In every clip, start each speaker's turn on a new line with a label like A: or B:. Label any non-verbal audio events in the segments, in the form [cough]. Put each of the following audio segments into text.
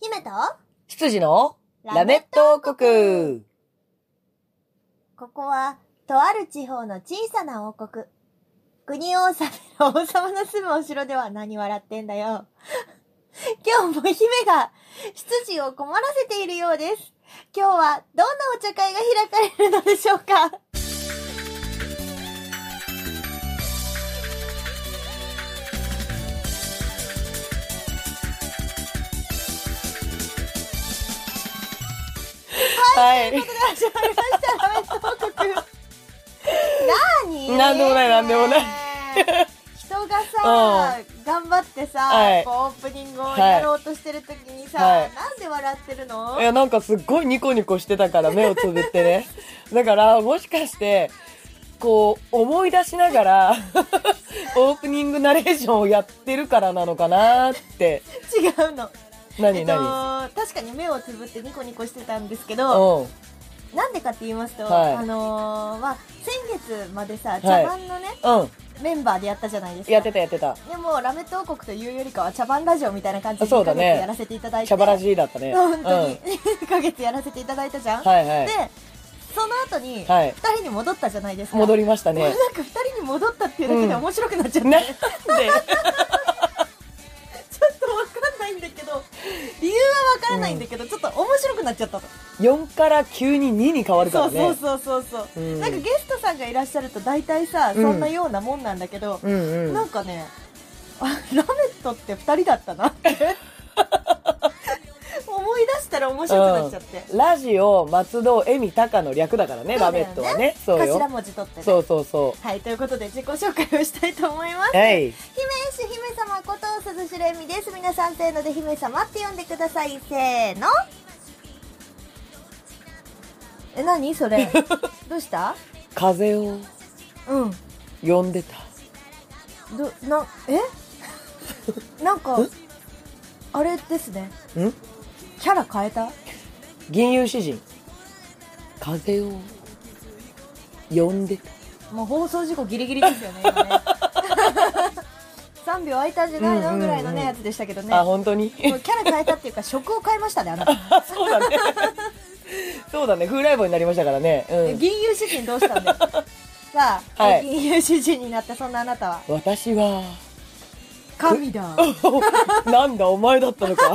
A: 姫と
B: 羊のラメット王国
A: ここは、とある地方の小さな王国。国王様の王様の住むお城では何笑ってんだよ。 [laughs] 今日も姫が羊を困らせているようです。今日はどんなお茶会が開かれるのでしょうか
B: はい。
A: 始まりました、ラメット王国。なーに
B: なんでもないなんでもない。
A: 人がさ、頑張ってさ、
B: はい
A: こうオープニングをやろうとしてる時にさ、
B: はい
A: なんで笑ってるの、
B: いや、なんかすっごいニコニコしてたから、目をつぶって
A: [laughs]
B: ね。だから、もしかして、こう、思い出しな
A: [laughs]
B: がら、オープニングナレーションをやってるからなのかなって。
A: 違うの。
B: 何
A: えっと
B: 何、
A: 確かに目をつぶってニコニコしてたんですけど、
B: うん。
A: なんでかって言いますと、
B: はい
A: あのーまあ、先月までさ、
B: い
A: 茶番のね、
B: うん。
A: メンバーでやったじゃないですか。
B: やってたやってた。
A: でも、ラメット王国というよりかは、茶番ラジオみたいな感じで、
B: そうだね
A: やらせていただいて。
B: シャバラジーだったね。
A: 本当
B: う
A: に、
B: ん。
A: 2ヶ [laughs] 月やらせていただいたじゃん、
B: はいはい
A: で。その後に2
B: はい
A: 人に戻ったじゃないですか、
B: 戻りました
A: もう
B: ね。
A: なんか2人に戻ったっていうだけで面白くなっ
B: [laughs]
A: ちゃって、
B: なん
A: ちょっ
B: で
A: と分かんないんだけど理由は分からないんだけど、ちょっと面白くなっちゃったの、
B: 4から急に2に変わるか
A: そ
B: ら
A: うそう。
B: ね
A: そうそうそう、
B: うん
A: なんかゲストさんがいらっしゃると大体さ
B: うん
A: そんなようなもんなんだけど、
B: うんう
A: なん
B: ん。
A: かねあラメットって2人だったなって
B: [laughs]
A: 思い出したら面白くなっちゃって、
B: ラジオ、松戸、恵美、高の略だからね、ラメットはね。
A: そう
B: そう
A: だよね頭
B: よ。
A: 文字取ってね
B: そうそうそ
A: はい、ということで自己紹介をしたいと思います。
B: う。はい。
A: 姫氏姫様こと鈴代恵美です。皆さんせーので姫様って呼んでください。せーの。え、なにそ [laughs] れ。どうした
B: 風を
A: うん。
B: 呼んでた。
A: ど、な、え [laughs] なんか、あれですね。
B: ん
A: キャラ変えた
B: 銀融詩人風を呼んでた
A: もう放送事故ギリギリですよね、 [laughs] 今ね。3秒空いたんじゃないのぐらいのね、やつでしたけどね。
B: あ
A: も
B: 本
A: [laughs]
B: 当に
A: うキャラ変えたっていうか、職を変えましたね、あなた。
B: あそうだねそうだね風来坊になりましたからね、
A: え
B: う
A: 銀融詩人どう
B: [laughs]
A: したんだよさあ、
B: はい
A: 銀融詩人になったそんなあなたは
B: ん、私は [laughs]
A: 神だ
B: なんだお前だったのか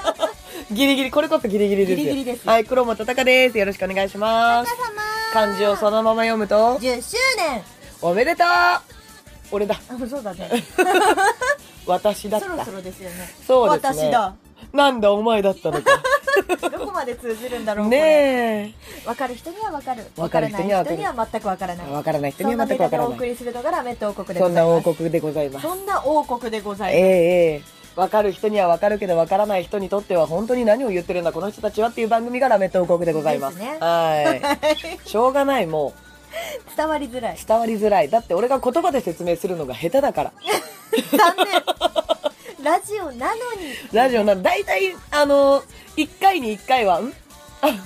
B: [laughs] ギリギリこれこそギリギリですよ
A: ギリギリです
B: はい黒本隆ですよろしくお願いします漢字をそのまま読むと
A: 10周年
B: おめでとう俺だ
A: あそうだね
B: 私 [laughs] だっ
A: そ
B: た
A: ろそろですよね
B: そうですね
A: 私だ
B: なんだお前だったの
A: [laughs]
B: か
A: どこまで通じるんだろう
B: [laughs] ね
A: ね
B: え
A: 分かる人には分かる
B: 分かる人には
A: 分からない人
B: 分かる
A: には全く分から [laughs] ない
B: わからない人に
A: そんな
B: は
A: ネ
B: 全くわ
A: タで
B: から
A: お
B: ない
A: 送りするのがラメット王国で
B: そ
A: ご
B: ん
A: ざい
B: な王
A: ます
B: 国でございます
A: そんな王国でござ
B: え
A: いま
B: えええわかる人にはわかるけどわからない人にとっては本当に何を言ってるんだこの人たちはっていう番組がラメット王国でございます
A: ですね
B: は
A: す [laughs]
B: いしょうがないも
A: 伝わりづらいう [laughs]
B: 伝わりづらいだって俺が言葉で説明するのが下手だから
A: 残念ラジオなのに
B: ラジオな大体あの1回に1回はん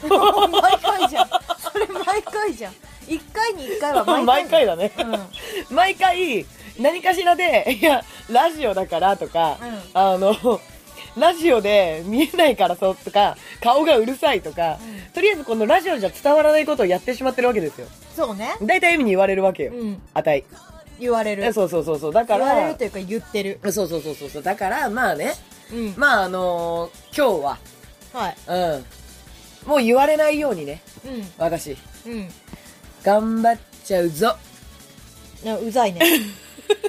A: 毎回じゃんそれ毎回じゃん1回に1回は毎回
B: [laughs] 毎回だね
A: うん
B: 毎回何かしらでいやラジオだからとか、
A: う
B: あのラジオで見えないからそうとか顔がうるさいとか、
A: う
B: とりあえずこのラジオじゃ伝わらないことをやってしまってるわけですよ
A: そうね
B: 大体意味に言われるわけよ、
A: うん
B: あたい
A: 言われる
B: えそうそうそうそうだか
A: 言われ
B: ら
A: るというか言ってる
B: そうそうそうそうそうだからまあね
A: うん
B: まああのー今日
A: はい
B: はうんもう言われないようにね
A: う
B: 私
A: んうん
B: 頑張っちゃうぞ
A: なうざいね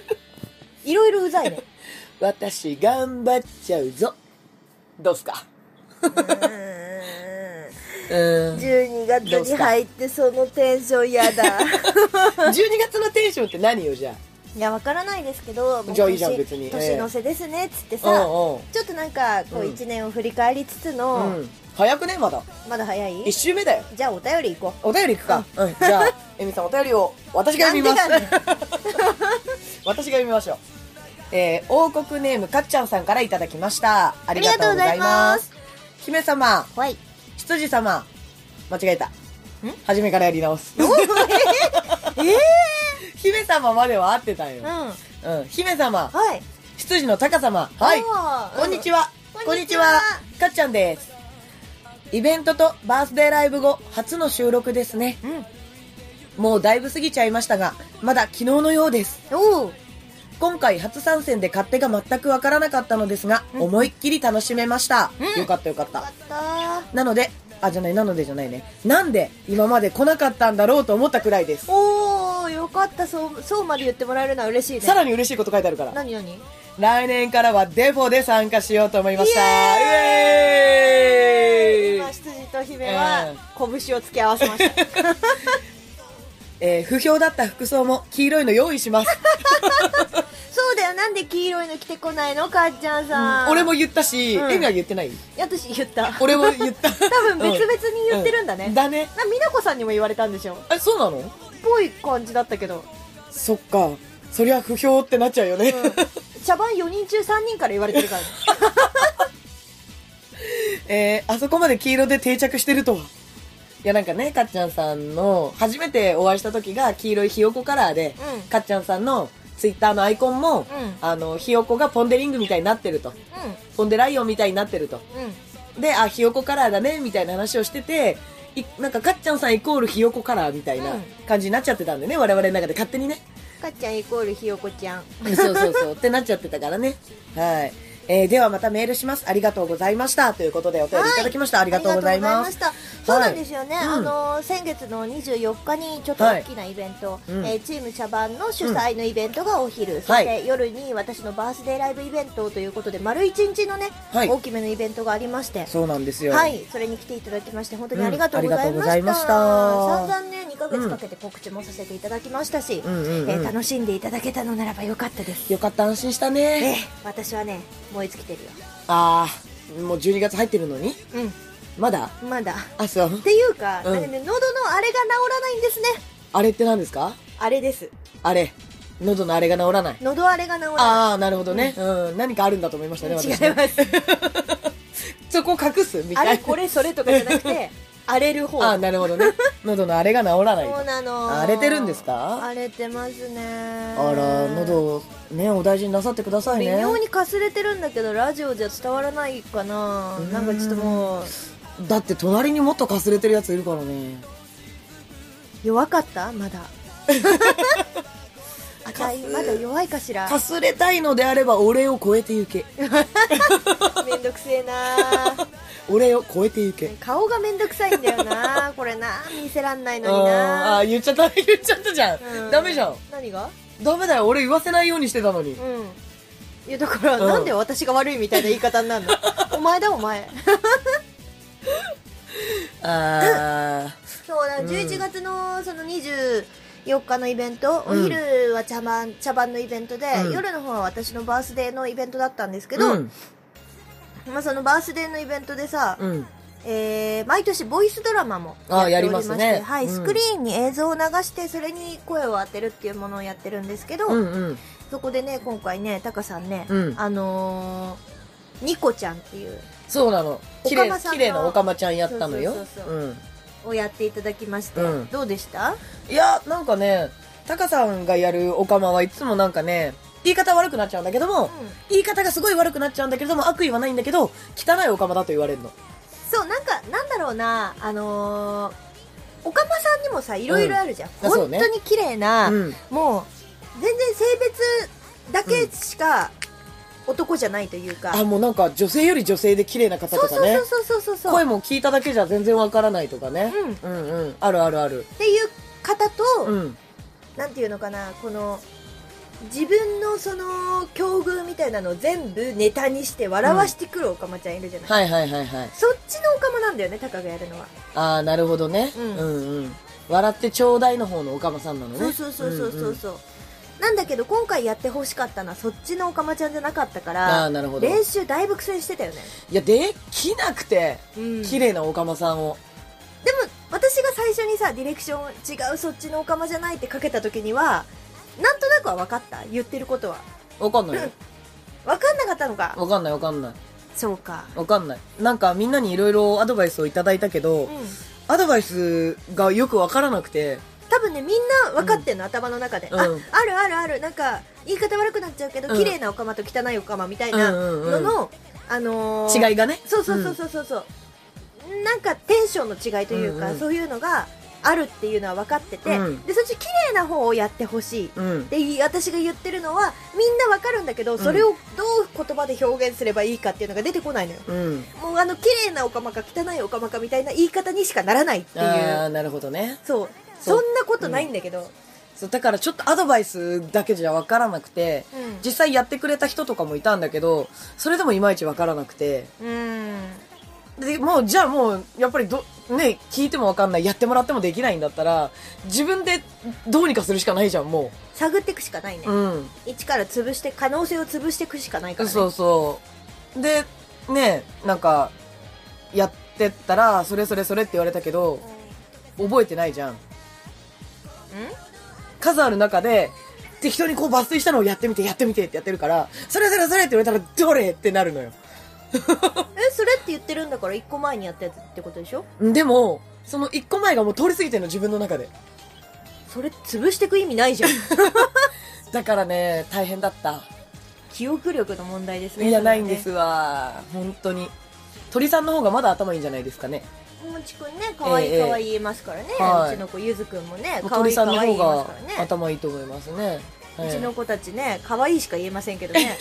B: [laughs]
A: いろいろうざいね
B: 私頑張っちゃうぞどうすかうん
A: 12月
B: に入
A: ってそのテンション嫌 [laughs] だ
B: [laughs] 12月のテンションって何よじゃ
A: いやわからないですけどもう
B: [laughs] じゃあいいじゃん
A: 年
B: 別に
A: 年の瀬ですねっつって
B: あ
A: さ
B: うんうん
A: ちょっとなんかこう
B: うん
A: 1年を振り返りつつの、
B: うん早くねまだ
A: まだ早
B: 1
A: い
B: 周目だよ
A: じゃあお便り行こ
B: お便り行くか、うん、じゃあエミさんお便りを私が読みます
A: なんで
B: [laughs] 私が読みましょうえー、王国ネームかっちゃんさんからいただきましたあ
A: り
B: り
A: が
B: が
A: と
B: と
A: う
B: う
A: ご
B: ご
A: ざ
B: ざ
A: い
B: い
A: ま
B: ますす姫様
A: うはい
B: 羊様間違えた初めからやり直す
A: え
B: [laughs] 姫様までは合ってたんよ、
A: うん
B: うん。姫様、
A: はい。
B: 執事の高様、はい。
A: おー
B: こんにちは。
A: こんにちは
B: こんにちはかっちゃんです。イベントとバースデーライブ後、初の収録ですね。
A: うん。
B: もうだいぶ過ぎちゃいましたが、まだ昨日のようです。
A: おー
B: 今回初参戦で勝手が全くわからなかったのですが、
A: うん
B: 思いっきり楽しめました、
A: うん
B: よかったよかっ
A: よ
B: た
A: か。った
B: なので、あ、じゃない、なのでじゃないね。なんで今まで来なかったんだろうと思ったくらいです。
A: おーよかったそうそうまで言ってもらえるのは嬉しいね
B: さらに嬉しいこと書いてあるから。
A: 何何
B: 来年からはデフォで参加しようと思いました。
A: イ
B: イエーイ
A: 今執事と姫は拳を突き合わせま
B: [laughs]
A: した
B: えー不評だった服装も黄色いの用意します。
A: そうだよなんで黄色いの着てこないのかっちゃんさん
B: 俺も言ったし、
A: うん
B: エミは言ってない
A: いや私言った
B: 俺も言った。
A: [laughs] 多
B: 多
A: 分別々に言ってるんだね、
B: だね。
A: な美奈子さんにも言われたんでしょ
B: あ、そうなの
A: っぽい感じだったけど、
B: そっか。そりゃ不評ってなっちゃうよね。
A: うん、茶番4人中3人から言われてるからね
B: [laughs] えーあそこまで黄色で定着してるとは。いやなんかね、かっちゃんさんの、初めてお会いした時が黄色いひよこカラーで、
A: うん
B: かっちゃんさんのツイッターのアイコンも、
A: ん
B: あの、ひよこがポンデリングみたいになってると。ポンデライオンみたいになってると。
A: うんうん
B: で、あ、ひよこカラーだね、みたいな話をしてて、いなんかかっちゃんさんイコールひよこカラーみたいな
A: うん
B: 感じになっちゃってたんでね、我々の中で勝手にね。
A: かっちゃんイコールひよこちゃん
B: そう [laughs] そうそう、ってなっちゃってたからね。はい。えーではまたメールします。ありがとうございました。ということでお便りいただきました。ありがとうございます。
A: ありがとうございましたそうなんですよね、
B: はい
A: あの先月の24日にちょっと大きなイベント、
B: いうん
A: えーチーム茶番の主催のイベントがお昼、そ
B: は
A: し
B: い
A: て夜に私のバースデーライブイベントということで丸1日のね、
B: はい
A: 大きめのイベントがありまして
B: そうなんですよ。
A: はい、それに来ていただきまして本当にありがとうございま
B: うんあ
A: し
B: り
A: た。
B: がとうござ
A: 散
B: いました
A: 々ね2ヶ月かけて告知もさせていただきましたし、
B: うんうんうん
A: えー楽しんでいただけたのならば良かったです。
B: よかった、安心した
A: え
B: ね。
A: ー私はね燃え尽きてるよ。
B: ああ、もう12月入ってるのにまだ
A: うん、まだ。
B: あ、そう。
A: っていうか、
B: うん
A: なんかね喉のあれが治らないんですね。
B: あれって何ですか
A: あれです。
B: あれ。喉のあれが治らない。
A: 喉あれが治らない。
B: ああ、なるほどね、うん。何かあるんだと思いましたね、私
A: 違います。
B: そこ隠すみた
A: あ
B: いな。
A: れこれそれとかじゃなく
B: [laughs]
A: て荒れる方。
B: ああ、なるほど
A: [laughs]
B: ね。喉のあれが治らないと。
A: そうなの。
B: 荒れてるんですか
A: 荒れてますね。
B: あら、喉をね、お大事になさってください
A: 微
B: ね。
A: 妙にかすれてるんだけどラジオじゃ伝わらないかな
B: うん
A: なんかちょっともう
B: だって隣にもっとかすれてるやついるからね
A: 弱かったま
B: [laughs]
A: だあたいまだ弱いかしら
B: かすれたいのであれば俺を超えて
A: [laughs]
B: ゆけ
A: めんどくせえな
B: 俺を超えてゆけ
A: 顔がめんどくさいんだよなこれな見せらんない
B: あ
A: のに
B: ーあ
A: な
B: ー言っちゃった [laughs] 言っちゃったじゃん、
A: う
B: ダメじゃん
A: 何が
B: ダメだよ俺言わせないようにしてたのに
A: うんいやだから、
B: うん
A: なんで私が悪いみたいな言い方になるの [laughs] お前だお前
B: ああ
A: そうだ
B: うん
A: 11月のその24日のイベント、
B: うん
A: お昼は茶番茶番のイベントで、
B: うん
A: 夜の方は私のバースデーのイベントだったんですけど、
B: うん
A: まあ、そのバースデーのイベントでさ、
B: うん
A: えー毎年ボイスドラマも
B: あー
A: やっておりま
B: や
A: し
B: りま
A: て
B: すね
A: はい
B: うん
A: スクリーンに映像を流してそれに声を当てるっていうものをやってるんですけど、
B: うんうん
A: そこでね今回ねタカさんね、
B: うん
A: あのー、ニコちゃんっていう
B: そうなの綺
A: おかま
B: 麗
A: さんの
B: 綺麗なおかまちゃんやったのよ
A: そうそうそうそをやっていただきまして、
B: うん
A: どうでした
B: うんいやなんかねタカさんがやるおかまはいつもなんかね言い方悪くなっちゃうんだけども、言い方がすごい悪くなっちゃうんだけれども悪意はないんだけど汚いおかまだと言われるの
A: そうなんかなんだろうなあのー、おかまさんにもさいろいろあるじゃん、
B: うんあそう
A: 本
B: ね
A: 当に綺麗な、
B: うん
A: もう全然性別だけしか男じゃないというか、
B: あもうなんか女性より女性で綺麗な方
A: そ
B: と
A: う
B: か
A: そ
B: ね
A: うそうそうそうそう
B: 声も聞いただけじゃ全然わからないとかね、うん、うんあるあるある
A: っていう方と、
B: うん
A: なんていうのかなこの自分のその境遇みたいなのを全部ネタにして笑わしてくるおかまちゃんいるじゃない、
B: はいはいはいはい
A: そっちのおかまなんだよねタカがやるのは、
B: ああなるほどね、
A: う
B: うんん、うん笑ってちょうだいの方のおかまさんなのね
A: そうそうそうそうそうそうなんだけど今回やってほしかったのはそっちのおかまちゃんじゃなかったか
B: あ
A: ら
B: ーなるほど
A: 練習だいぶ苦戦してたよね、
B: いやできなくて
A: うんで
B: 綺
A: も
B: 麗なおかまさんを、
A: 私が最初にさディレクション違うそっちのおかまじゃないってかけた時にはなんとなくは分かった言ってることは
B: わかんないよ
A: 分かんなかったのか
B: わかんないわかんない
A: そうか
B: わかんないなんかみんなにいろいろアドバイスをいただいたけ
A: う
B: ど、
A: ん
B: アドバイスがよくわからなくて
A: 多分ねみんな分かってんの、頭の中で、
B: うん
A: ああるあるあるなんか言い方悪くなっちゃうけど、
B: うん
A: 綺麗なおかまと汚いおかまみたいな
B: うんうんう
A: のの、
B: ん
A: あのー
B: 違いがね
A: そうそうそうそうそうそうなんかテンションの違いというか、
B: うんうん
A: そういうのがあるっていうのは分かってて、
B: うん
A: でそっち綺麗な方をやってほしい
B: うん、うん
A: でい私が言ってるのはみんなわかるんだけどそれをどう言葉で表現すればいいかっていうのが出てこないのよ
B: うん、
A: もうあの綺麗なおかまか汚いおかまかみたいな言い方にしかならないってい
B: ああ
A: う
B: なるほどね
A: そう
B: そ
A: そう
B: うん
A: なことないんだけど、
B: そうだからちょっとアドバイスだけじゃ分からなくて
A: うん
B: 実際やってくれた人とかもいたんだけどそれでもいまいち分からなくて
A: うん
B: でもうじゃあもうやっぱりど、ね、聞いても分かんないやってもらってもできないんだったら自分でどうにかするしかないじゃんも
A: 探っていくしかないね、
B: う、うん、
A: 一から潰して可能性を潰していくしかないから、ね、
B: そうそうでねなんかやってったらそれそれそれって言われたけど覚えてないじゃん数ある中で適当にこう抜粋したのをやってみてやってみてってやってるからそれそれそれって言われたらどれってなるのよ
A: うんえそれって言ってるんだから一個前にやったやつってことでしょ
B: でもその一個前がもう通り過ぎてるの自分の中で
A: それ潰していく意味
B: [laughs]
A: ないじゃん
B: だからね大変だった
A: 記憶力の問題ですね
B: いや
A: それは
B: ない
A: ね
B: んですわ本当に鳥さんの方がまだ頭いいんじゃないですかね
A: もちくんね、可愛い
B: ええ
A: 可愛い言いますからね、
B: はいう
A: ちの子ゆずくんもね、可愛
B: 鳥
A: い
B: さん
A: 可
B: の
A: 愛い
B: 方
A: 言います
B: が
A: からね。
B: 頭いいと思いますね、は
A: う
B: い
A: ちの子たちね、可愛いしか言えませんけど
B: [laughs]
A: ね。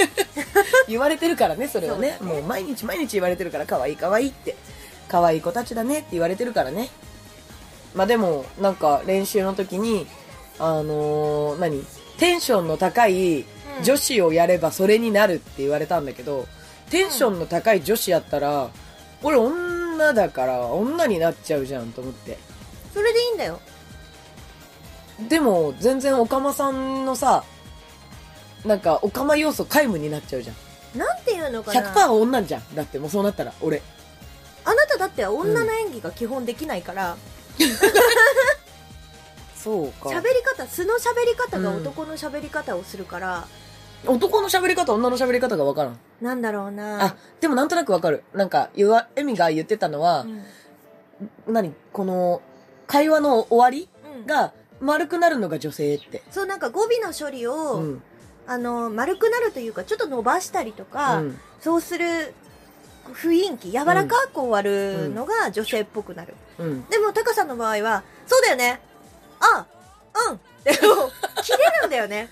B: 言われてるからねそれはね
A: そう
B: もう毎日毎日言われてるから可愛い可愛いって可愛い子たちだねって言われてるからねまあでもなんか練習の時にあのー何テンションの高い女子をやればそれになるって言われたんだけど、テンションの高い女子やったら俺女だから女になっちゃうじゃんと思って
A: それでいいんだよ。
B: でも全然おかまさんのさなんかおかま要素皆無になっちゃうじゃん
A: なんていうのかな。
B: 100%女じゃんだってもうそうなったら俺
A: あなただって女の演技が基本できないから、
B: そうか
A: 喋り方、素の喋り方が男の喋り方をするから、
B: 男の喋り方女の喋り方が分からん、
A: なんだろうな。
B: あでもなんとなく分かるなんかゆわエミが言ってたの
A: う、
B: は
A: ん、
B: 何この会話の終わり
A: うん
B: が丸くなるのが女性って
A: そうなんか語尾の処理を、
B: うん
A: あの丸くなるというかちょっと伸ばしたりとか、
B: うん
A: そうする雰囲気柔らかく終わるのが女性っぽくなる、
B: うん
A: でもタカさんの場合はそうだよねあうんでも切れるんだよ
B: [laughs]
A: ね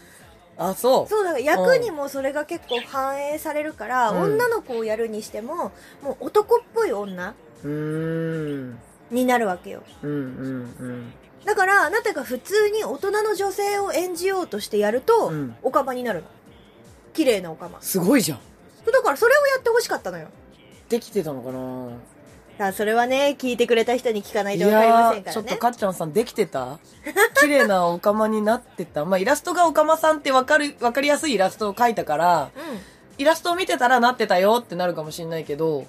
B: あそう
A: そうだから役にもそれが結構反映されるから、
B: うん
A: 女の子をやるにしてももう男っぽい女
B: うーん
A: になるわけよ
B: うんうんうん
A: だからあなたが普通に大人の女性を演じようとしてやると、
B: うん
A: おかまになるの綺麗なおかます
B: ごいじゃん
A: そうだからそれをやってほしかったのよ
B: できてたのか
A: さ
B: な
A: あそれはね聞いてくれた人に聞かない
B: い
A: と分かりま
B: や
A: せん
B: ー
A: か
B: ち
A: ら
B: ょっと
A: ね
B: かっちゃんさんできてた [laughs] 綺麗なおかまになってたまあイラストがおかまさんって分かる分かりやすいイラストを描いたから
A: うん
B: イラストを見てたらなってたよってなるかもしれないけど、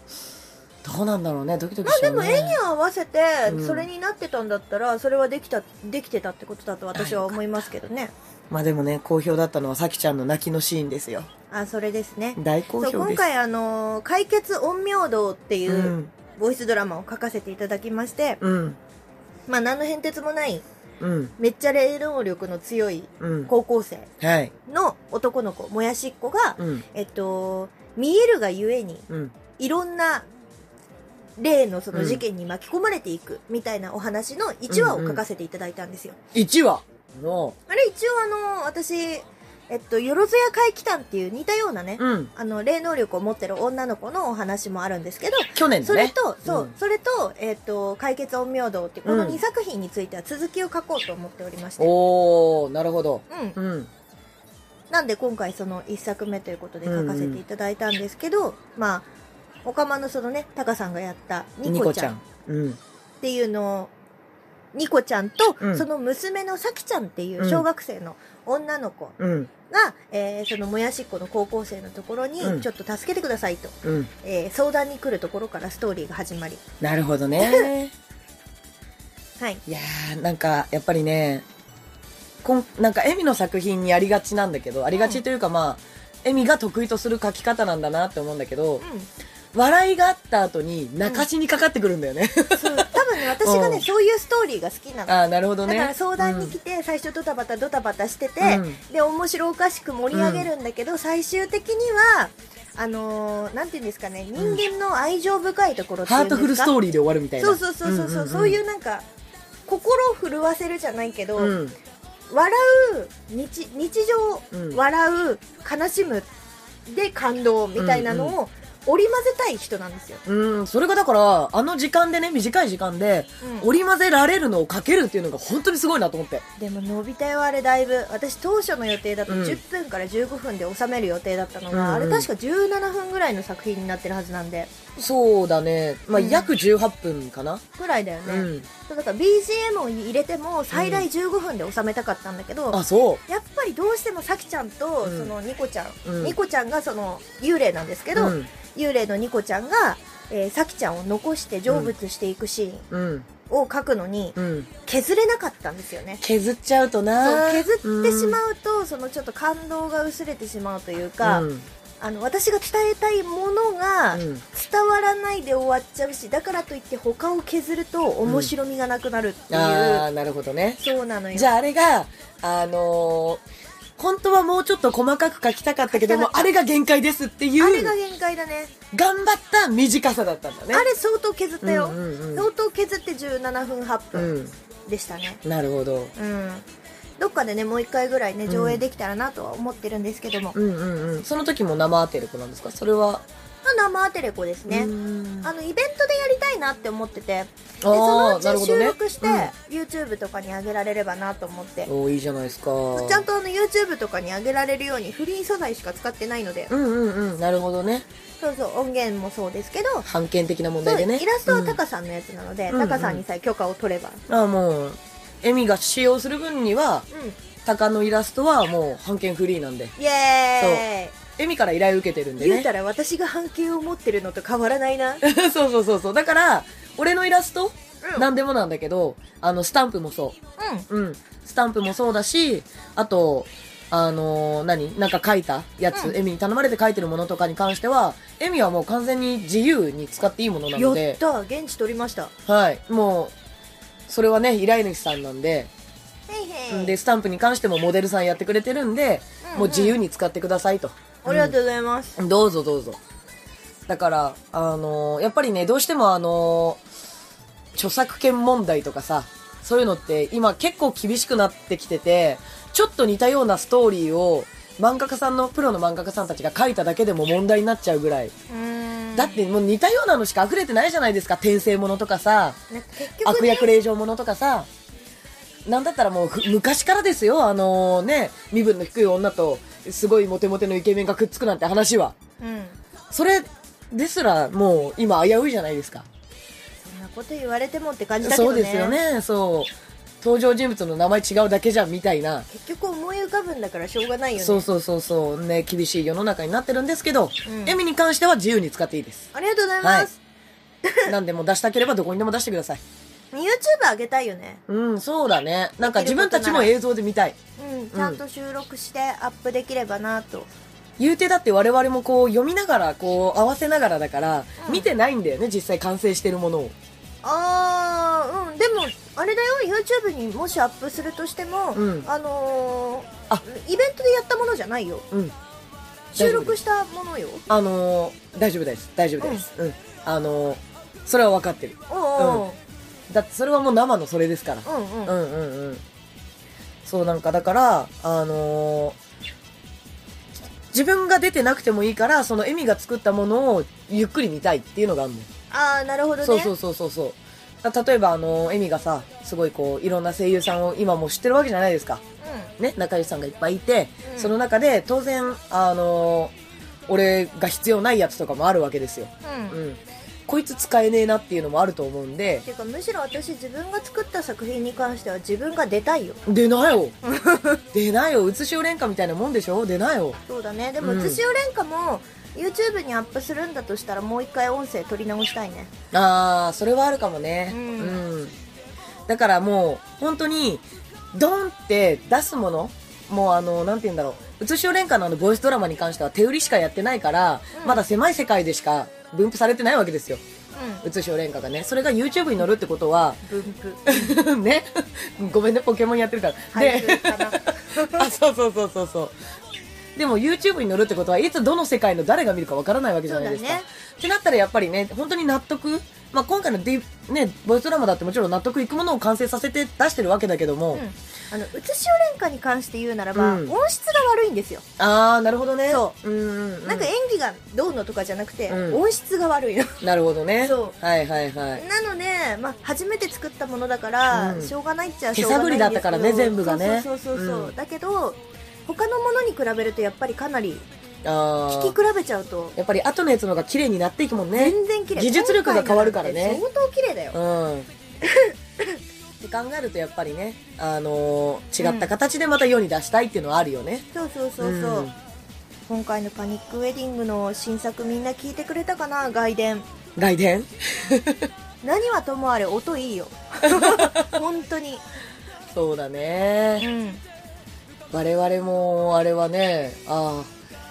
B: どうなんだろうね、ドキドキしちゃ
A: で
B: う、ね。
A: も絵に合わせて
B: うん
A: それになってたんだったらそれはできたできてたってことだと私は思いますけどね
B: まあでもね、好評だったのはさきちゃんの泣きのシーンですよ。
A: あそれですね
B: 大好
A: そう
B: 評
A: 今
B: です。、
A: 回あのー解決陰陽道っていううんボイスドラマを書かせていただきまして、
B: うん、
A: まあ何の変哲もない
B: うん、
A: めっちゃ霊能力の強い
B: うん。
A: 高校生
B: はい。
A: の男の子もやしっ子が、
B: うん、
A: えっと見えるがゆえに
B: うん、
A: いろんな例のその事件に巻き込まれていくみたいなお話の1話を書かせていただいたんですよ。
B: 1話の、
A: あれ一応あの、私、えっと、よろずや怪奇譚っていう似たようなね、
B: うん、
A: あの、霊能力を持ってる女の子のお話もあるんですけど、
B: 去年
A: そ
B: だ
A: れ
B: ね。
A: と、そう、
B: うん
A: それと、えっと、解決陰陽道っていうこの
B: うん
A: 2作品については続きを書こうと思っておりまして。
B: おー、なるほど。
A: うん
B: う。ん、
A: なんで今回その1作目ということで書かせていただいたんですけど、まあ、おかまのそのね、タカさんがやったニ
B: ニ
A: コ
B: コ
A: ち
B: ち
A: ゃ
B: ゃ
A: んっ
B: ん。うん、
A: ていうのを、ニコちゃんと、
B: うん
A: その娘のサキちゃんっていう小学生の女の子
B: うん、
A: が、えーそのもやしっこの高校生のところに、
B: うん
A: ちょっと助けてくださいと、
B: うん。
A: えー相談に来るところからストーリーが始まり、
B: なるほど [laughs] ね。
A: はい、
B: いやー、なんか、やっぱりね、こんなんか、エミの作品にあり
A: [laughs]
B: がちなんだけど、ありがちというか、まあ、エミが得意とする書き方なんだなって思うんだけど、
A: う
B: 笑いがあった後に泣かしにかかってくるんだよね。
A: そう多分ね私が
B: う
A: ね
B: ん
A: そういうストーリーが好きなの
B: [laughs] ああ、なるほど
A: だ
B: ね。
A: から相談に
B: うん
A: 来て最初ドタバタドタバタしてて、
B: うん
A: で面白おかしく盛り上げるんだけど、最終的にはあのーなんていうんですかね人間の愛情深いところってい
B: ハ
A: うん
B: ー
A: です
B: ト
A: か
B: フルストーリーで終わるみたいな。
A: そうそうそうそう,、
B: んんん
A: そういうなんか心を震わせるじゃないけど、
B: うん。
A: 笑う日日常、
B: うん
A: 笑う悲しむで感動みたいなのを織り交ぜたい人なんですよ、
B: うん、それがだから、あの時間でね、短い時間で、
A: うん
B: 織り交ぜられるのをかけるっていうのが本当にすごいなと思って。
A: でも伸びたよあれだいぶ私当初の予定だと
B: うん
A: 10分から15分で収める予定だったのが、
B: うんうん
A: あれ確か17分ぐらいの作品になってるはずなんで
B: そうだね。まあ、
A: うん
B: 約18分かな。
A: ぐらいだよ
B: う
A: ね、
B: ん。
A: そうだから BGM を入れても最大15分で収めたかったんだけど、
B: あ、そう。
A: やっぱりどうしてもさきちゃんと
B: うん
A: そのニコちゃん、
B: うん
A: ニコちゃんがその幽霊なんですけど、
B: うん。
A: 幽霊のニコちゃんが、えー、さきちゃんを残して成仏していくシーン
B: うん。
A: を描くのに
B: うん。
A: 削れなかったんですよね
B: 削っちゃうと
A: そう
B: な
A: 削ってし
B: う
A: まうと、そのちょっと感動が薄れてしまうというか、
B: がうん
A: あの私が伝えたいものが
B: うん
A: 伝わらないで終わっちゃうしだからといって他を削ると面白みがなくなるっていう、
B: ああ、なるほどね。
A: そうなのよ
B: じゃああれが、あのー本当はもうちょっと細かく書きたかったけど
A: 書き
B: も、
A: たかった
B: あれが限界ですってい
A: あれが
B: う、
A: 限界だね
B: 頑張った短さだったんだね。
A: あれ相当削ったよ、
B: うんうんうん
A: 相当削って17分8分
B: う
A: でしたね
B: ん。なるほ
A: う
B: ど。
A: んどっかでねもう一回ぐらいね
B: うん
A: 上映できたらなとは思ってるんですけども、
B: うんうんうん。その時も生アテレコなんですかそれは。
A: 生アテレコですね、
B: うん
A: あのイベントでやりたいなって思っててで
B: あ
A: そ
B: ー
A: のう
B: な
A: ち
B: るほど
A: 収
B: ね
A: 録して、
B: うん
A: YouTube とかに上げられればなと思って
B: おーいいじゃないですか。
A: ちゃんとあの YouTube とかに上げられるようにフリー素材しか使ってないので、
B: うんうんうん。なるほどね。
A: そうそう音源もそうですけど、
B: 判権的な問
A: そ
B: 題
A: う
B: でね。
A: イラストはタ
B: 高
A: カさんのやつなので、
B: うん
A: タカさんにさえ許可を取れば、
B: あーもう、エミが使用する分には、
A: うん、
B: タカのイラストはもう判権フリーなんで。
A: イエーイ、
B: エミから依頼受けてるんで
A: 言う
B: ね。
A: たら私が半径を持ってるのと変わらないな
B: そうそうそうそう。だから、俺のイラスト、
A: うん
B: なんでもなんだけど、あの、スタンプもそ
A: うん
B: う。うん。スタンプもそうだし、あと、あのー何なんか書いたやつ、
A: うん
B: エミに頼まれて書いてるものとかに関しては、エミはもう完全に自由に使っていいものなの
A: やっ
B: で、
A: た現地取りました
B: はい。もう、それはね、依頼主さんなんで、
A: へいへい
B: で、スタンプに関してもモデルさんやってくれてるんで、
A: うんうん
B: もう自由に使ってくださいと。
A: ありがとうございます、
B: どうぞどうぞ。だから、あのーやっぱりね、どうしてもあのー著作権問題とかさ、そういうのって今結構厳しくなってきてて、ちょっと似たようなストーリーを漫画家さんの、プロの漫画家さんたちが書いただけでも問題になっちゃうぐらい。
A: うーん
B: だってもう似たようなのしか溢れてないじゃないですか、転生ものとかさ、
A: なんか結局、
B: 悪
A: ね、
B: 役令状ものとかさ、なんだったらもうふ昔からですよ、あのーね、身分の低い女とすごいモテモテのイケメンがくっつくなんて話は。
A: うん
B: それですらもう今危ういじゃないですか。
A: そんなこと言われてもって感じだけどね
B: そうですよね、そう。登場人物の名前違うだけじゃんみたいな。
A: 結局思い浮かぶんだからしょうがないよね
B: そうそうそうそう、ね、厳しい世の中になってるんですけど、
A: うん
B: エミに関しては自由に使ってい
A: [laughs]
B: いです。
A: ありがとうございます、
B: 何でも出したければどこにでも出してください。
A: YouTube 上げたいよね
B: うん、そうだね。なんか自分たちも映像で見たい。
A: うんちゃんと収録してアップできればなと、
B: 言うてだって我々もこう読みながら、こう合わせながらだから、見てないんだよね、実際完成してるものを。
A: ああうんでもあれだよ YouTube にもしアップするとしても、
B: うん
A: あのー
B: あ
A: イベントでやったものじゃないよ
B: うん。
A: 収録したものよ
B: あのー大丈夫です。大丈夫です。うん。あのーそれは分かってる。
A: おう
B: だってそれはもう生のそれですから。
A: おううんうん、
B: うんうんうん。そうなんかだから、あのー自分が出てなくてもいいから、そのエミが作ったものをゆっくり見たいっていうのがあるの。
A: ああなるほどね
B: そうそうそうそうそう。だ例えばあのーエミがさ、すごいこう、いろんな声優さんを今もう知ってるわけじゃないですか。ね、仲良しさんがいっぱいいて、
A: うん
B: その中で当然、あのー俺が必要ないやつとかもあるわけですよ。
A: うんうん、
B: う
A: っ
B: ん。こいつ使えねえなっていうのもあると思うんで、
A: ていうかむしろ私自分が作った作品に関しては自分が出たいよ
B: 出ないよ出ないようつしお廉価みたいなもんでしょ出ないよ
A: そうだねでも
B: う
A: う
B: ん
A: つしお廉価も YouTube にアップするんだとしたらもう一回音声取り直したいね
B: ああそれはあるかもね
A: う
B: うんん、だからもう本当にドンって出すものもうあのなんて言うんだろううつしお廉価のあのボイスドラマに関しては手売りしかやってないから、
A: うん
B: まだ狭い世界でしか分布されてないわけですよ。
A: う
B: うつしおれんかがね。それが YouTube に載るってこと [laughs] は、
A: ん。分布。
B: ね。ごめんね、ポケモンやってるから。
A: 配
B: で、
A: 布か
B: [laughs]
A: な。
B: あ、そうそうそうそうそう。でも YouTube に載るってことはいつどの世界の誰が見るかわからないわけじゃないですか。
A: そうだね
B: ってなったらやっぱりね、本当に納得、まあ、今回のディ、ね、ボイスドラマだってもちろん納得いくものを完成させて出してるわけだけども、
A: うんあの、うつしおれんかに関して言うならば、
B: うん
A: 音質が悪いんですよ。
B: あー、なるほどね。。
A: そう
B: うん、うん。
A: なんか演技がどうのとかじゃなくて、
B: うん
A: 音質が悪いの。
B: なるほどね。
A: そ
B: はいはいはい。
A: なので、まあ、初めて作ったものだから、
B: うん
A: しょうがないっちゃ
B: 手
A: しょうが
B: 探
A: ない
B: り
A: ん
B: だ
A: ですけど
B: ったからね全部がね
A: そうそうそうそう、
B: うん
A: だけど他のものに比べるとやっぱりかなり
B: あー
A: 聞き比べちゃうと
B: やっぱり後のやつの方が綺麗になっていくもんね。
A: 全然綺麗
B: 技術力が変わるから
A: 今回
B: ね
A: なんて相当綺麗だよ、
B: うん。って考えるとやっぱりね、あのー違った形でまた世に出したいっていうのはあるよね。
A: そうそうそうそう、
B: うん
A: 今回のパニックウェディングの新作みんな聞いてくれたかな外伝
B: 外伝
A: 何はともあれ音いい
B: [laughs]
A: よ本当に
B: そうだ
A: う
B: ね。
A: ん
B: 我々も、あれはね、ああ、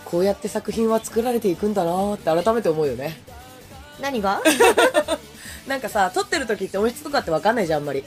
B: こうやって作品は作られていくんだなって改めて思うよね。
A: 何が
B: なんかさ、撮ってる時って音質とかってわかんないじゃん、 [laughs] あんまり。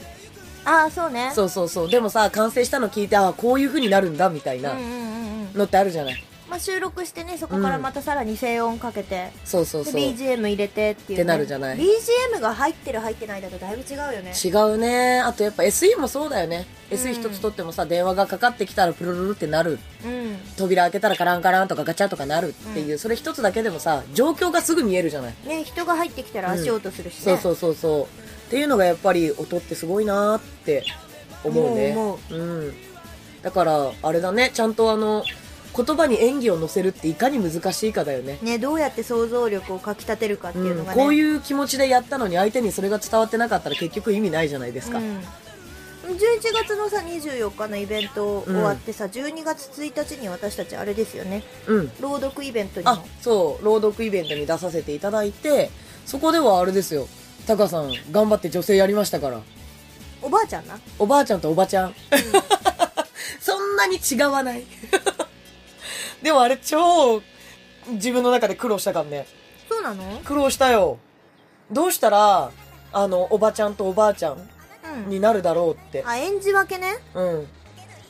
A: ああそうね
B: そうそうそう。でもさ、完成したの聞いて、ああ、こういう風になるんだ、みたいな
A: うんうんうんうん
B: のってあるじゃない。
A: まあ、収録してねそこからまたさらに静音かけて、
B: そうそう
A: で
B: そう。違
A: BGM 入れてっていう、ね、
B: ってなるじゃない
A: BGM が入ってる入ってないだとだいぶ違うよね
B: うね。あとやっぱ SE もそうだよね。
A: うん
B: SE 一つ撮ってもさ、電話がかかってきたらプルルルってなる。
A: うん
B: 扉開けたらカランカランとかガチャとかなるっていう、それ一つだけでもさ、状況がすぐ見えるじゃない。
A: ね人が入ってきたら足音するしね、
B: そうそうそうそう。っていうのがやっぱり音ってすごいなーって思うね。
A: 思
B: う。ん。だから、あれだね、ちゃんとあの、言葉に演技を乗せるっていかに難しいかだよね。
A: ねどうやって想像力をかきたてるかっていうの
B: うん
A: がね、
B: こう
A: う
B: いう気持ちでやったのに相手にそれが伝わってなかったら結局意味ないじゃないですか。
A: ん11月のさ24日のイベント終わってさ、12月1日に私たちあれですよね
B: うん
A: 朗読イベントにも
B: あそう朗読イベントに出させていただいてそこではあれですよタカさん頑張って女性やりましたから
A: おばあちゃんな
B: おばあちゃんとおばちゃん、そんなに違わない [laughs] でもあれ超自分の中で苦労したからね
A: そうなのうん
B: 苦労したよどうしたらあのおばちゃんとおばあちゃんになるだろうって
A: あ演じ分けね
B: うん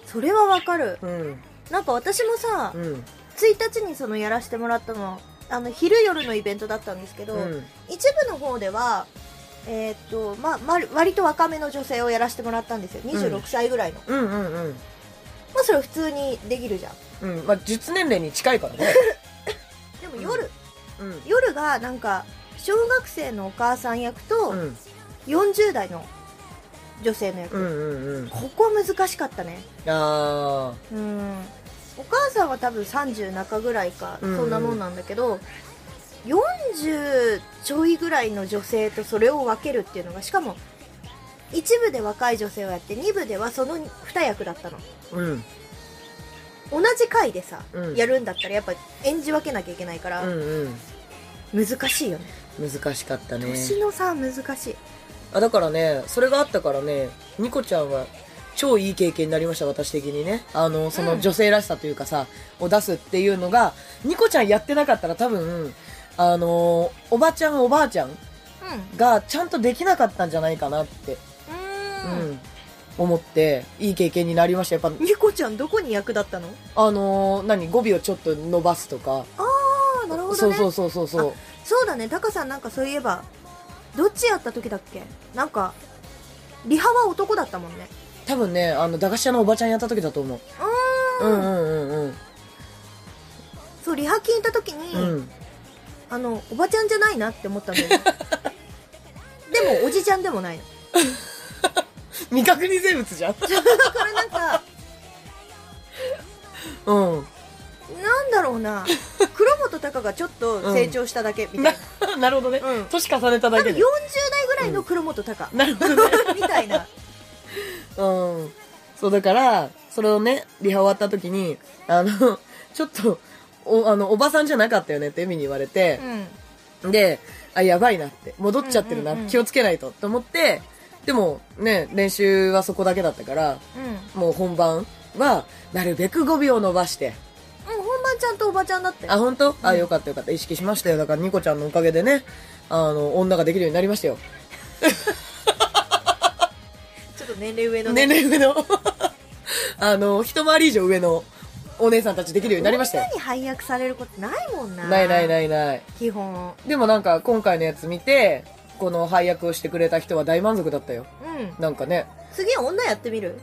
A: それはわかる
B: うん
A: なんか私もさ、
B: うん
A: 1日にそのやらせてもらったのあの昼夜のイベントだったんですけど、
B: うん
A: 一部の方では、えーっとまあまる、割と若めの女性をやらせてもらったんですよ
B: う
A: 26
B: ん
A: 歳ぐらいの、
B: うんうんうん
A: まあそれ普通にできるじゃん
B: うんまあ実年齢に近いからね
A: でも夜、
B: [laughs] うん
A: 夜がなんか小学生のお母さん役と
B: うん
A: 40代の女性の役、
B: うんうんうん
A: ここ難しかったね
B: ああ
A: うんお母さんは多分30中ぐらいか、
B: うん
A: そんなもんなんだけど40ちょいぐらいの女性とそれを分けるっていうのがしかも一部で若い女性をやって二部ではその二役だったの
B: うん
A: 同じ回でさ、
B: うん
A: やるんだったらやっぱ演じ分けなきゃいけないから
B: う、ん
A: 難しいよね
B: うん難しかったね
A: 年の差は難しい
B: あだからねそれがあったからねニコちゃんは超いい経験になりました私的にねあのそ
A: うん
B: の女性らしさというかさ、を出すっていうのがニコちゃんやってなかったら多分あのおばちゃんおばあちゃんがちゃんとできなかったんじゃないかなって、う
A: うん
B: ん思っていい経験になりましたやっぱ
A: ゆこちゃんどこに役だったの
B: あの何語尾をちょっと伸ばすとか、
A: ああなるほどね
B: そうそうそうそうそう
A: そうだねタカさんなんかそういえばどっちやった時だっけなんかリハは男だったもんね
B: 多分ねあの駄菓子屋のおばちゃんやった時だと思ううんうんうん
A: そうリハ聞いた時に、
B: うんうん
A: あのおばちゃんじゃないなって思ったんだ [laughs] よねでもおじちゃんでもないの
B: 未確認
A: [laughs]
B: 生物じゃん
A: だからなんか
B: うん
A: なんだろうな黒本タカがちょっと成長しただけみたいな、
B: な [laughs] なるほどね、
A: うん
B: 年重ねただ
A: 多
B: け
A: 分40
B: で
A: 代ぐらいの黒本 [laughs] タカ、
B: なるほどね
A: みたいな
B: うんそうだからそれをねリハ終わった時にあの [laughs] ちょっとおあのおばさんじゃなかったよねってエミに言われて、
A: ん
B: であやばいなって戻っちゃってるな、
A: うんうんうん
B: 気をつけないとと思ってでもね練習はそこだけだったから
A: うん
B: もう本番はなるべく5秒伸ばして
A: うん、本番んちゃんとおばちゃんだって
B: あ、本当？あ、よかったよかった。意識しましたよ。だから、ニコちゃんのおかげでね、あの、女ができるようになりましたよ。
A: ちょっと年齢上のね
B: 年齢上の、 [laughs] あの、一回り以上上のお姉さんたちできるようになりましたよ。
A: に配役されることないもんな
B: ないないないいない。
A: 基本
B: でもなんか、今回のやつ見て、この配役をしてくれた人は大満足だったよ。
A: うん
B: なんかね、
A: 次女やってみる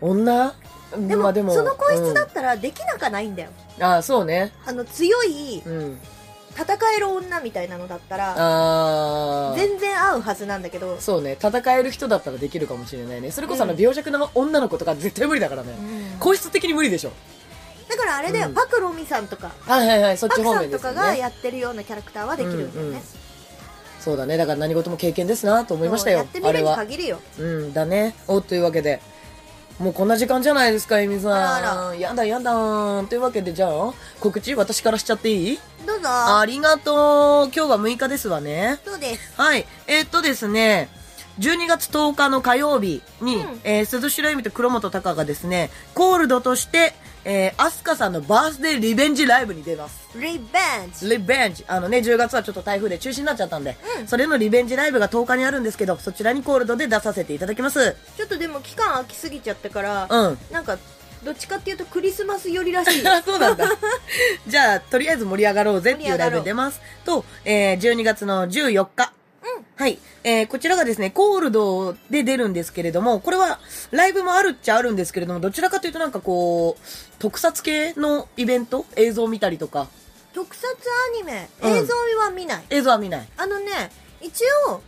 B: 女
A: でも,、
B: まあ
A: その声質だ
B: う
A: ったらできなかないんだよ、
B: んあ、そうね。
A: あの強い
B: うん。
A: 戦える女みたいなのだったら
B: あー。
A: 全然合うはずなんだけど、
B: そうね。戦える人だったらできるかもしれないね。それこそあの、
A: うん
B: 病弱な女の子とか絶対無理だからね。
A: うん
B: 皇室的に無理でしょ。
A: だからあれだよ、
B: うん
A: パクロミさんとか
B: はいはいはい、そっ
A: パ
B: ち
A: ク
B: 方
A: さ
B: 面
A: ん
B: で
A: と
B: すよ
A: かが
B: ね。
A: やってるようなキャラクターはできるんだよね、
B: うんうんそうだね。だから何事も経験ですなと思いました
A: や
B: よ
A: って。み
B: あ
A: る
B: れ
A: に
B: は。
A: 限るよ
B: うん、だね。お、というわけで。もうこんな時間じゃないですか、エミさん。
A: あらあ
B: やだやだーん。というわけで、じゃあ、告知私からしちゃっていい
A: どうぞ
B: ありがとう。今日が6日ですわね。
A: そうです
B: はい。えーっとですね、12月10日の火曜日に、
A: うん
B: えー鈴代由美と黒本隆がですね、コールドとして、えー、アスカさんのバースデーリベンジライブに出ます。
A: リベンジ
B: リベンジ。あのね、10月はちょっと台風で中止になっちゃったんで、それのリベンジライブが10日にあるんですけど、そちらにコールドで出させていただきます。
A: ちょっとでも期間空きすぎちゃったから、
B: うん
A: なんかどっちかっていうとクリスマス寄りらし
B: [laughs]
A: い
B: そうなんだ。じゃあ、とりあえず盛り上がろうぜっていうライブに出ます。と、えー、12月の14日。はい。えー、こちらがですね、コールドで出るんですけれども、これは、ライブもあるっちゃあるんですけれども、どちらかというとなんかこう、特撮系のイベント映像見たりとか、
A: 特撮アニメ
B: うん
A: 映像は見ない、
B: 映像は見ない。
A: あのね一応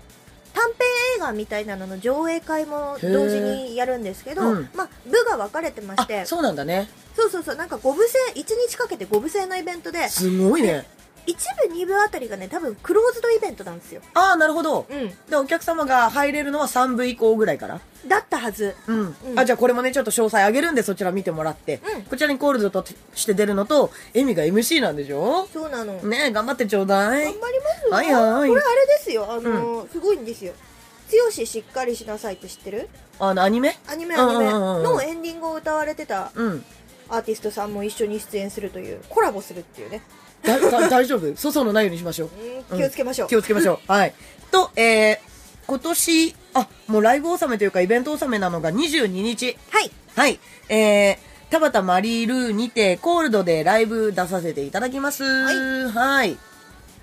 A: 短編映画みたいなのの上映会も同時にやるんですけど、
B: へーうん
A: まあ、部が分かれてまし
B: あ
A: て、そ
B: そうなんだね。
A: うそうそうなんか五部制1日かけて五部制のイベントで
B: すごいね。
A: 一部二部あたりがね多分クローズドイベントなんですよ、
B: ああ、なるほど。
A: う
B: で、お客様が入れるのは3部以降ぐらいから。
A: ん、だったはず
B: うん
A: う。ん
B: あ、じゃあこれもね、ちょっと詳細あげるんで、そちら見てもらって。
A: うん
B: こちらにコールドとして出るのと、エミが MC なんでしょ
A: そうなの、
B: ねえ、頑張ってちょうだい
A: 頑。張りますよ、
B: はいはい
A: これあれですよあのー、すごいんですよ「剛しっかりしなさい」って知ってる
B: あの、アニメ
A: アニメアニメ
B: うんうんうんうん
A: のエンディングを歌われてた
B: うん。
A: アーティストさんも一緒に出演するというコラボするっていうね
B: だ、だ、 [laughs] 大丈夫粗相のないようにしましょう。
A: うん気をつけましょう、
B: 気をつけましょう。はい。と、えー、今年、あ、もうライブ納めというかイベント納めなのが22日。
A: はい
B: はい。えー、田畑マリールーにて、コールドでライブ出させていただきます。
A: は
B: はい。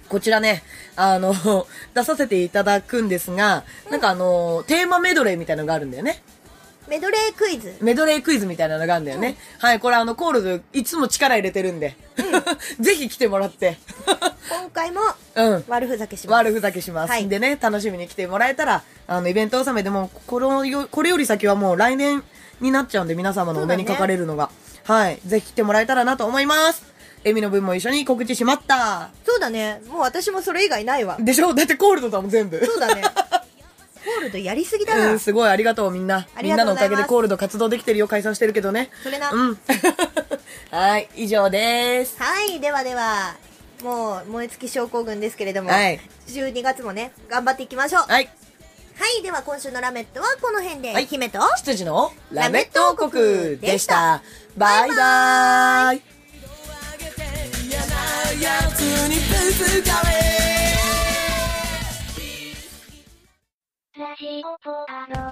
B: こちらね、あの、 [laughs] 出させていただくんですが、なんかあの、テーマメドレーみたいなのがあるんだよね。
A: メドレークイズ
B: メドレークイズみたいなのがあるんだよね。はい、これあの、コールドいつも力入れてるんで、 [laughs] ぜひ来てもらって。
A: 今回も
B: うん。
A: 悪ふざけします
B: 悪ふざけします。
A: はい
B: でね、楽しみに来てもらえたら、あの、イベント納めでも、このよ、これより先はもう来年になっちゃうんで、皆様のお目に
A: そうだね
B: かかれるのが。はい。ぜひ来てもらえたらなと思います。エミの分も一緒に告知しまった。
A: そうだねもう私もそれ以外ないわ
B: でしょだってコールドだもん、全部。
A: そうだねホールドやりすぎだ
B: う、
A: なん
B: すごいありがとうみんな。
A: あり
B: みん
A: がとうご
B: なの
A: ざいます
B: おかげでコールド活動できてるよ、解散してるけどね。
A: それな、
B: うん。 [laughs] はい、以上です。
A: はいではではもう燃え尽き症候群ですけれども、
B: はい
A: 12月もね頑張っていきましょうはい、
B: はい、
A: では今週のラメットはこの辺で、
B: はい
A: 姫と
B: 羊のラメット王国でした。バイバーイ。
C: ラジオポアド。